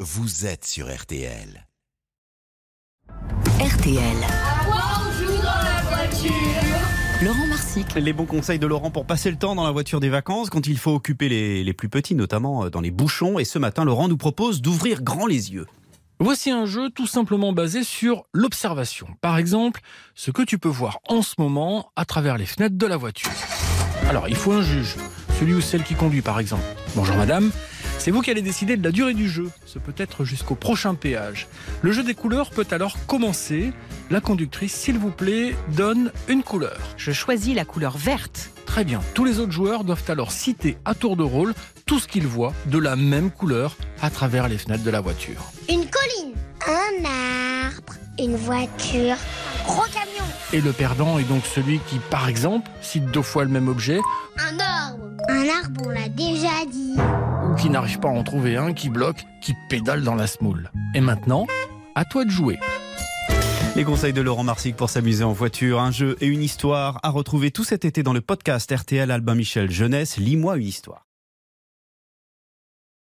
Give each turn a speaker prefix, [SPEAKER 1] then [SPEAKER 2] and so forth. [SPEAKER 1] vous êtes sur RTL.
[SPEAKER 2] RTL.
[SPEAKER 3] voiture.
[SPEAKER 2] Laurent Marsic.
[SPEAKER 4] Les bons conseils de Laurent pour passer le temps dans la voiture des vacances quand il faut occuper les, les plus petits, notamment euh, dans les bouchons. Et ce matin, Laurent nous propose d'ouvrir grand les yeux.
[SPEAKER 5] Voici un jeu tout simplement basé sur l'observation. Par exemple, ce que tu peux voir en ce moment à travers les fenêtres de la voiture. Alors, il faut un juge, celui ou celle qui conduit par exemple. Bonjour madame, c'est vous qui allez décider de la durée du jeu, ce peut être jusqu'au prochain péage. Le jeu des couleurs peut alors commencer. La conductrice, s'il vous plaît, donne une couleur.
[SPEAKER 6] Je choisis la couleur verte.
[SPEAKER 5] Très bien. Tous les autres joueurs doivent alors citer à tour de rôle tout ce qu'ils voient de la même couleur à travers les fenêtres de la voiture.
[SPEAKER 7] Une colline, un arbre, une voiture, un gros camion,
[SPEAKER 5] Et le perdant est donc celui qui, par exemple, cite deux fois le même objet
[SPEAKER 7] un arbre. Un arbre, on l'a déjà dit.
[SPEAKER 5] ou qui n'arrive pas à en trouver un, qui bloque, qui pédale dans la smoule. Et maintenant, à toi de jouer.
[SPEAKER 4] Les conseils de Laurent Marsic pour s'amuser en voiture, un jeu et une histoire à retrouver tout cet été dans le podcast RTL Albin Michel Jeunesse. Lis-moi une histoire.